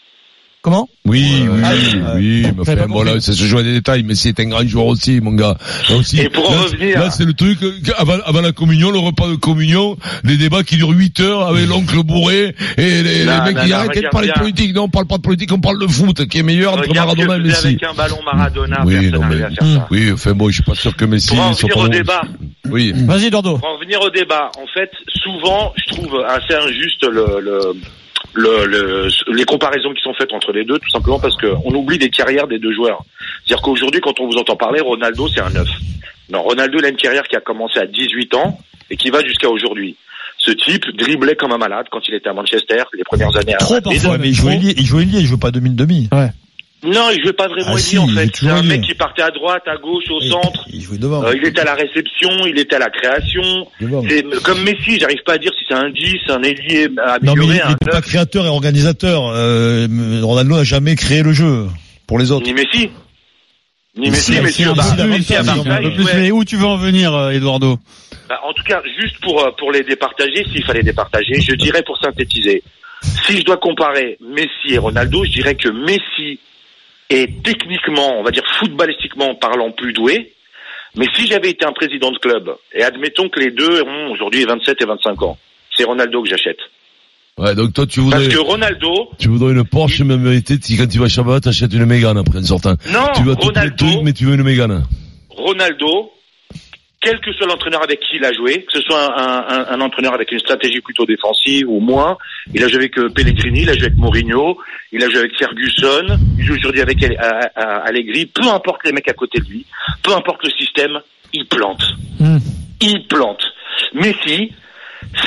[SPEAKER 8] Comment
[SPEAKER 6] Oui, oui,
[SPEAKER 7] Ah,
[SPEAKER 6] oui, oui, mais
[SPEAKER 8] J'avais
[SPEAKER 6] enfin,
[SPEAKER 8] pas
[SPEAKER 6] voilà,
[SPEAKER 8] compris.
[SPEAKER 6] ça se joue à des détails, mais c'est un grand joueur aussi, mon gars. Là aussi,
[SPEAKER 9] Et pour en
[SPEAKER 6] là,
[SPEAKER 9] revenir-
[SPEAKER 6] là, c'est le truc, euh, avant, avant la communion, le repas de communion, les débats qui durent 8 heures avec l'oncle bourré, et les,
[SPEAKER 9] Non,
[SPEAKER 6] les mecs qui
[SPEAKER 9] non, non,
[SPEAKER 6] arrêtent de
[SPEAKER 9] regarde
[SPEAKER 6] parler de
[SPEAKER 9] bien.
[SPEAKER 6] politique. Non, on parle pas de politique, on parle de foot, qui est meilleur entre
[SPEAKER 9] Regarde
[SPEAKER 6] Maradona et
[SPEAKER 9] ce que faisait
[SPEAKER 6] Messi.
[SPEAKER 9] avec un ballon Maradona,
[SPEAKER 6] Oui,
[SPEAKER 9] personne
[SPEAKER 6] non,
[SPEAKER 9] n'arrivait
[SPEAKER 6] mais- hmm.
[SPEAKER 9] à faire ça.
[SPEAKER 6] Oui, enfin bon, je suis pas sûr que Messi
[SPEAKER 9] Pour en
[SPEAKER 6] soit
[SPEAKER 9] revenir
[SPEAKER 6] pas
[SPEAKER 9] au
[SPEAKER 6] bon.
[SPEAKER 9] débat,
[SPEAKER 6] Oui.
[SPEAKER 8] Vas-y Eduardo.
[SPEAKER 9] pour en revenir au débat, en fait, souvent, je trouve assez injuste le, le, le- le- les comparaisons qui sont faites entre les deux, tout simplement parce qu'on oublie les carrières des deux joueurs. C'est-à-dire qu'aujourd'hui, quand on vous entend parler, Ronaldo, c'est un neuf. Non, Ronaldo, il a une carrière qui a commencé à 18 ans et qui va jusqu'à aujourd'hui. Ce type driblait comme un malade quand il était à Manchester, les premières années à
[SPEAKER 8] Trop
[SPEAKER 9] Madrid.
[SPEAKER 8] parfois.
[SPEAKER 7] Ouais, mais il jouait lié, il jouait lié, il joue pas demi-demi.
[SPEAKER 9] Non, il jouait pas vraiment
[SPEAKER 7] Ah
[SPEAKER 9] lié,
[SPEAKER 7] si,
[SPEAKER 9] en
[SPEAKER 7] il
[SPEAKER 9] fait.
[SPEAKER 7] est
[SPEAKER 9] C'est
[SPEAKER 7] toujours
[SPEAKER 9] un
[SPEAKER 7] lié.
[SPEAKER 9] mec qui partait à droite, à gauche, au centre.
[SPEAKER 7] Il jouait devant.
[SPEAKER 9] Euh, il était à la réception, il était à la création.
[SPEAKER 7] devant.
[SPEAKER 9] C'est euh, comme Messi, j'arrive pas à dire si c'est un 10, un ailier
[SPEAKER 7] Non mais il
[SPEAKER 9] amélioré,
[SPEAKER 7] il
[SPEAKER 9] un
[SPEAKER 7] était pas
[SPEAKER 9] 9.
[SPEAKER 7] créateur et organisateur. Euh, Ronaldo n'a jamais créé le jeu pour les autres.
[SPEAKER 9] Ni Messi. Ni
[SPEAKER 7] Mais
[SPEAKER 9] Messi,
[SPEAKER 7] si,
[SPEAKER 9] mais
[SPEAKER 7] si,
[SPEAKER 9] si,
[SPEAKER 7] un
[SPEAKER 9] bah,
[SPEAKER 7] peu plus,
[SPEAKER 9] Messi à
[SPEAKER 7] un peu
[SPEAKER 9] Marseille,
[SPEAKER 1] Plus,
[SPEAKER 9] ouais.
[SPEAKER 1] mais où tu veux en venir, euh, Eduardo
[SPEAKER 9] Bah, en tout cas, juste pour, euh, pour les départager, s'il fallait départager, je dirais pour synthétiser, si je dois comparer Messi et Ronaldo, je dirais que Messi est techniquement, on va dire footballistiquement parlant, plus doué. Mais si j'avais été un président de club, et admettons que les deux ont aujourd'hui 27 et 25 ans, c'est Ronaldo que j'achète.
[SPEAKER 6] Ouais, donc toi, tu voudrais,
[SPEAKER 9] Parce que Ronaldo,
[SPEAKER 6] tu voudrais une Porsche, mais en vérité, tu- quand tu vas chez Baba, t'achètes une Mégane après, en sortant.
[SPEAKER 9] non,
[SPEAKER 6] Tu vas tous les trucs,
[SPEAKER 9] Ronaldo,
[SPEAKER 6] mais tu veux une Mégane.
[SPEAKER 9] Ronaldo, quel que soit l'entraîneur avec qui il a joué, que ce soit un, un- un- un entraîneur avec une stratégie plutôt défensive ou moins, il a joué avec euh, Pellegrini, il a joué avec Mourinho, il a joué avec Ferguson, il joue aujourd'hui avec Ale- à- à- Allegri, peu importe les mecs à côté de lui, peu importe le système, il plante.
[SPEAKER 8] Mm.
[SPEAKER 9] Il plante. Messi,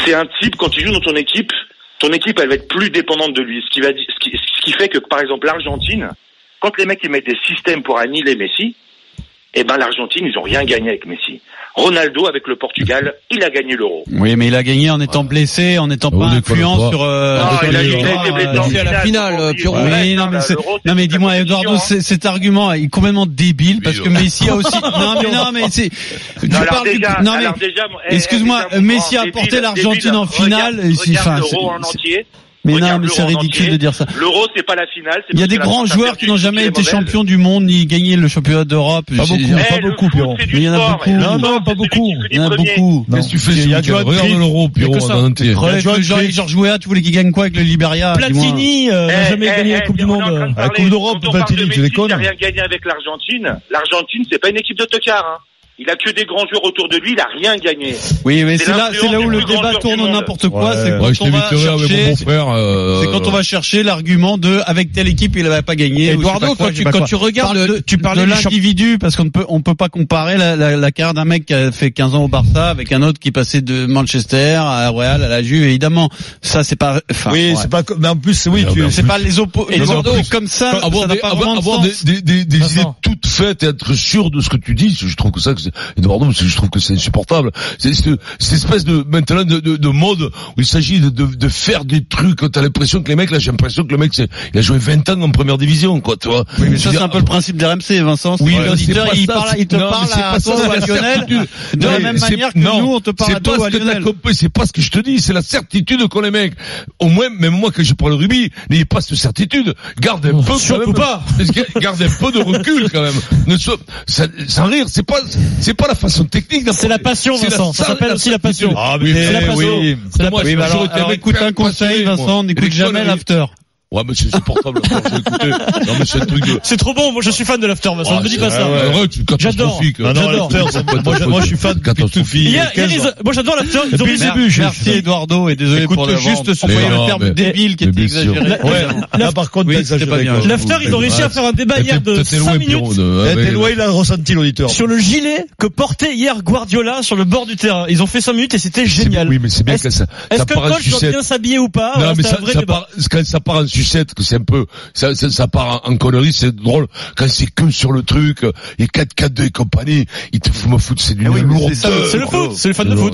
[SPEAKER 9] c'est un type, quand il joue dans ton équipe, ton équipe, elle va être plus dépendante de lui. Ce qui, va, di- ce qui, ce qui fait que, par exemple, l'Argentine, quand les mecs, ils mettent des systèmes pour annihiler Messi, eh ben, l'Argentine, ils ont rien gagné avec Messi. Ronaldo, avec le Portugal, il a gagné l'euro.
[SPEAKER 1] Oui, mais il a gagné en étant blessé, en n'étant
[SPEAKER 6] Ah,
[SPEAKER 1] pas
[SPEAKER 6] oui,
[SPEAKER 1] influent
[SPEAKER 6] d'accord.
[SPEAKER 1] sur... euh,
[SPEAKER 9] Non,
[SPEAKER 1] sur
[SPEAKER 9] il a
[SPEAKER 1] les
[SPEAKER 9] il a
[SPEAKER 1] joueurs,
[SPEAKER 9] été blessé en
[SPEAKER 1] euh,
[SPEAKER 9] finale,
[SPEAKER 4] la finale,
[SPEAKER 9] faut
[SPEAKER 4] euh,
[SPEAKER 9] dire.
[SPEAKER 4] Pierrot.
[SPEAKER 9] Ouais,
[SPEAKER 1] Oui, non, mais c'est-
[SPEAKER 9] l'Euro,
[SPEAKER 1] non, mais
[SPEAKER 9] une
[SPEAKER 1] dis-moi,
[SPEAKER 9] compétition,
[SPEAKER 1] Eduardo,
[SPEAKER 9] hein.
[SPEAKER 1] c'est- cet argument est complètement débile parce que
[SPEAKER 6] Débile.
[SPEAKER 1] Messi a aussi. Non, mais non, mais c'est. Tu
[SPEAKER 9] Non, alors
[SPEAKER 1] parles du-
[SPEAKER 9] déjà,
[SPEAKER 1] non, mais
[SPEAKER 9] alors déjà, eh, eh,
[SPEAKER 1] excuse-moi,
[SPEAKER 9] déjà, mon
[SPEAKER 1] Messi
[SPEAKER 9] grand,
[SPEAKER 1] a
[SPEAKER 9] débile,
[SPEAKER 1] porté l'Argentine
[SPEAKER 9] débile,
[SPEAKER 1] en finale,
[SPEAKER 9] Regarde,
[SPEAKER 1] et si-
[SPEAKER 9] regarde
[SPEAKER 1] enfin,
[SPEAKER 9] l'euro en
[SPEAKER 1] c'est-
[SPEAKER 9] entier.
[SPEAKER 1] mais non,
[SPEAKER 9] regarde
[SPEAKER 1] mais c'est
[SPEAKER 9] l'Euro en
[SPEAKER 1] ridicule
[SPEAKER 9] entier.
[SPEAKER 1] de dire ça.
[SPEAKER 9] L'euro, c'est pas la finale. c'est
[SPEAKER 1] Il y a
[SPEAKER 9] parce
[SPEAKER 1] des
[SPEAKER 9] que la
[SPEAKER 1] grands
[SPEAKER 9] France a
[SPEAKER 1] joueurs
[SPEAKER 9] perdu,
[SPEAKER 1] qui n'ont jamais
[SPEAKER 9] qui est
[SPEAKER 1] été
[SPEAKER 9] mauvaise.
[SPEAKER 1] champions du monde ni gagné le championnat d'europe.
[SPEAKER 7] Pas
[SPEAKER 1] J'ai-
[SPEAKER 7] beaucoup.
[SPEAKER 1] j'ai-
[SPEAKER 9] Eh,
[SPEAKER 7] Pas
[SPEAKER 9] le
[SPEAKER 7] beaucoup,
[SPEAKER 9] foot,
[SPEAKER 7] Pierrot.
[SPEAKER 9] c'est du
[SPEAKER 1] Mais il y en a
[SPEAKER 9] sport,
[SPEAKER 1] beaucoup.
[SPEAKER 9] et le
[SPEAKER 7] Non,
[SPEAKER 9] sport,
[SPEAKER 7] non, pas
[SPEAKER 9] c'est celui
[SPEAKER 7] beaucoup.
[SPEAKER 9] qui finit
[SPEAKER 1] Il y en a
[SPEAKER 9] premier.
[SPEAKER 1] beaucoup.
[SPEAKER 7] Non.
[SPEAKER 6] Qu'est-ce que tu fais,
[SPEAKER 7] Il y a
[SPEAKER 6] Jean-Pierre
[SPEAKER 7] Johan
[SPEAKER 6] Regarde
[SPEAKER 7] Cruyff.
[SPEAKER 6] l'euro,
[SPEAKER 7] Il y
[SPEAKER 6] Pierrot,
[SPEAKER 7] a que ça.
[SPEAKER 6] en entier.
[SPEAKER 7] Il y a
[SPEAKER 1] Relève
[SPEAKER 7] Johan
[SPEAKER 1] le Jean-
[SPEAKER 7] Cruyff.
[SPEAKER 1] Georges Weah, tu voulais qu'il gagne quoi avec le Liberia dis-moi.
[SPEAKER 8] Platini euh, n'a
[SPEAKER 9] Eh,
[SPEAKER 8] jamais
[SPEAKER 9] eh,
[SPEAKER 8] gagné la
[SPEAKER 9] eh,
[SPEAKER 8] Coupe du
[SPEAKER 9] on est en train
[SPEAKER 8] Monde.
[SPEAKER 9] de
[SPEAKER 7] La Coupe
[SPEAKER 9] parler-
[SPEAKER 7] d'Europe,
[SPEAKER 9] quand on parle
[SPEAKER 7] Platini,
[SPEAKER 9] de
[SPEAKER 7] tu
[SPEAKER 9] Messi qui
[SPEAKER 7] déconnes.
[SPEAKER 9] n'a rien gagné avec l'Argentine. L'Argentine, c'est pas une équipe de tocards. hein. Il a que des grands joueurs autour de lui, il a rien gagné.
[SPEAKER 1] Oui, mais
[SPEAKER 9] C'est
[SPEAKER 1] c'est là,
[SPEAKER 9] l'influence
[SPEAKER 1] c'est là
[SPEAKER 9] du
[SPEAKER 1] où le
[SPEAKER 9] plus grand
[SPEAKER 1] débat
[SPEAKER 9] joueur
[SPEAKER 1] tourne
[SPEAKER 9] du
[SPEAKER 1] en
[SPEAKER 9] monde.
[SPEAKER 1] n'importe quoi.
[SPEAKER 7] Ouais.
[SPEAKER 1] C'est
[SPEAKER 6] Ouais, je
[SPEAKER 1] quand on va
[SPEAKER 6] t'éviterai avec mon
[SPEAKER 1] chercher.
[SPEAKER 6] beau-frère, euh,
[SPEAKER 1] C'est quand on va chercher l'argument de avec telle équipe il n'avait pas gagné. ou je sais pas
[SPEAKER 4] Eduardo,
[SPEAKER 1] quoi,
[SPEAKER 4] quand
[SPEAKER 1] je
[SPEAKER 4] tu,
[SPEAKER 1] sais pas
[SPEAKER 4] quand
[SPEAKER 1] quoi.
[SPEAKER 4] tu regardes,
[SPEAKER 1] Parle
[SPEAKER 4] le- tu parlais
[SPEAKER 1] de
[SPEAKER 4] du champ-
[SPEAKER 1] l'individu parce qu'on ne peut on peut pas comparer la, la, la carrière d'un mec qui a fait 15 ans au Barça avec un autre qui passait de Manchester à Real à la Juve évidemment ça c'est pas enfin,
[SPEAKER 7] oui,
[SPEAKER 1] Ah, ouais.
[SPEAKER 7] c'est pas. comme- Mais en plus, c'est- oui,
[SPEAKER 6] Non,
[SPEAKER 7] tu-
[SPEAKER 6] mais en
[SPEAKER 1] c'est
[SPEAKER 6] plus-
[SPEAKER 1] pas les oppos les
[SPEAKER 6] Eduardo,
[SPEAKER 1] opposés comme ça ça
[SPEAKER 6] avoir
[SPEAKER 1] n'a
[SPEAKER 6] euh, des,
[SPEAKER 1] pas
[SPEAKER 6] avoir-
[SPEAKER 1] vraiment de
[SPEAKER 6] avoir
[SPEAKER 1] sens.
[SPEAKER 6] des- des- des- des
[SPEAKER 8] Vincent.
[SPEAKER 6] idées toutes faites et être sûr de ce que tu dis, je trouve que ça, que c'est- et de Bordeaux, parce que je trouve que c'est insupportable. C'est ce- cette espèce de maintenant de, de- de mode où il s'agit de, de, de faire des trucs. T'as l'impression que les mecs, là, j'ai l'impression que le mec, c'est- il a joué 20 ans en première division, quoi, tu vois.
[SPEAKER 1] Oui, mais ça,
[SPEAKER 6] Je veux
[SPEAKER 1] c'est
[SPEAKER 6] dire,
[SPEAKER 1] un peu le principe d'RMC, Vincent.
[SPEAKER 6] oui,
[SPEAKER 1] C'est que
[SPEAKER 6] mais
[SPEAKER 1] l'auditeur,
[SPEAKER 6] c'est pas
[SPEAKER 1] il,
[SPEAKER 6] ça,
[SPEAKER 1] parle,
[SPEAKER 6] c'est-
[SPEAKER 1] il te
[SPEAKER 6] non, mais
[SPEAKER 1] parle
[SPEAKER 6] c'est
[SPEAKER 1] à
[SPEAKER 6] pas ça,
[SPEAKER 1] toi ou à
[SPEAKER 6] c'est la
[SPEAKER 1] Lionel
[SPEAKER 6] certitude.
[SPEAKER 1] de
[SPEAKER 6] Non,
[SPEAKER 1] la même
[SPEAKER 6] c'est-
[SPEAKER 1] manière que
[SPEAKER 6] non,
[SPEAKER 1] nous, on te parle à
[SPEAKER 6] c'est pas
[SPEAKER 1] toi ou à
[SPEAKER 6] ce que t'as
[SPEAKER 1] Lionel.
[SPEAKER 6] compris, C'est pas ce que je te dis, c'est la certitude qu'ont les mecs. Au moins, même moi, que je prends le rubis, n'ayez pas cette certitude. Garde un peu,
[SPEAKER 8] surtout
[SPEAKER 6] [laughs] pas. Garde un peu de recul, quand même. Ne sois- ça- sans rire, c'est pas, c'est pas la façon technique d'approcher.
[SPEAKER 8] C'est la passion,
[SPEAKER 6] C'est la
[SPEAKER 8] Vincent. Ça
[SPEAKER 6] sale-
[SPEAKER 8] s'appelle
[SPEAKER 6] la
[SPEAKER 8] aussi la
[SPEAKER 6] certitude.
[SPEAKER 8] passion.
[SPEAKER 7] Ah,
[SPEAKER 8] C'est la
[SPEAKER 7] mais
[SPEAKER 8] passion.
[SPEAKER 7] oui.
[SPEAKER 8] C'est la
[SPEAKER 6] Moi,
[SPEAKER 8] passion.
[SPEAKER 1] Oui,
[SPEAKER 6] j'ai
[SPEAKER 1] bah
[SPEAKER 6] toujours
[SPEAKER 1] alors,
[SPEAKER 6] été
[SPEAKER 1] alors
[SPEAKER 6] un
[SPEAKER 1] écoute un
[SPEAKER 6] père passionné,
[SPEAKER 1] conseil,
[SPEAKER 6] moi.
[SPEAKER 1] Vincent, n'écoute
[SPEAKER 6] Les
[SPEAKER 1] jamais
[SPEAKER 6] conneries.
[SPEAKER 1] l'after.
[SPEAKER 6] Ouais, mais c'est supportable. Attends, j'ai écouté. Non, mais c'est un truc de...
[SPEAKER 8] C'est trop bon. Moi, je suis fan de l'after, Vincent. Ne me dis pas ça.
[SPEAKER 6] Ouais, Ah, ouais, tu-
[SPEAKER 8] J'adore.
[SPEAKER 6] catastrophique.
[SPEAKER 7] Non, non,
[SPEAKER 8] J'adore.
[SPEAKER 7] l'after, c'est- moi, je- moi, je suis fan depuis tout
[SPEAKER 8] Il
[SPEAKER 7] fille.
[SPEAKER 8] y a- il y a les- moi, j'adore l'after. Ils ont
[SPEAKER 7] Depuis
[SPEAKER 8] mis
[SPEAKER 7] le début, je-
[SPEAKER 1] Merci Eduardo et désolé
[SPEAKER 7] Écoute,
[SPEAKER 1] pour le
[SPEAKER 7] juste
[SPEAKER 1] juste
[SPEAKER 7] sur-
[SPEAKER 1] le
[SPEAKER 6] Mais
[SPEAKER 1] terme
[SPEAKER 6] non, mais-
[SPEAKER 1] débile qui
[SPEAKER 6] mais
[SPEAKER 1] était
[SPEAKER 6] bien sûr.
[SPEAKER 1] exagéré.
[SPEAKER 7] Ouais. Là, par contre,
[SPEAKER 1] Oui,
[SPEAKER 7] t'as
[SPEAKER 1] c'était
[SPEAKER 7] exagéré,
[SPEAKER 1] pas bien,
[SPEAKER 7] quoi.
[SPEAKER 1] je
[SPEAKER 8] L'after, ils ont réussi à faire un débat hier de 5 minutes
[SPEAKER 6] Eh,
[SPEAKER 7] T'es t'es loin, il a ressenti l'auditeur.
[SPEAKER 8] sur le gilet que portait hier Guardiola sur le bord du terrain. Ils ont fait 5 minutes et c'était génial.
[SPEAKER 6] Oui, mais c'est bien
[SPEAKER 8] Est-ce-
[SPEAKER 6] que ça,
[SPEAKER 8] Est-ce
[SPEAKER 6] ça
[SPEAKER 8] que
[SPEAKER 6] part
[SPEAKER 8] le
[SPEAKER 6] en
[SPEAKER 8] coach doit
[SPEAKER 6] sucette.
[SPEAKER 8] bien s'habiller ou pas
[SPEAKER 6] Non,
[SPEAKER 8] Voilà,
[SPEAKER 6] mais
[SPEAKER 8] c'est un
[SPEAKER 6] ça,
[SPEAKER 8] vrai
[SPEAKER 6] ça
[SPEAKER 8] débat.
[SPEAKER 6] part, quand ça part en sucette, que c'est un peu, ça, ça, ça part en, en connerie, c'est drôle. Quand c'est que sur le truc, euh, et 4-4-2 et compagnie, ils te font me foutre, c'est d'une Euh,
[SPEAKER 1] oui, mais c'est ça,
[SPEAKER 6] lourdeur.
[SPEAKER 8] Eh C'est le foot, c'est le fan de foot.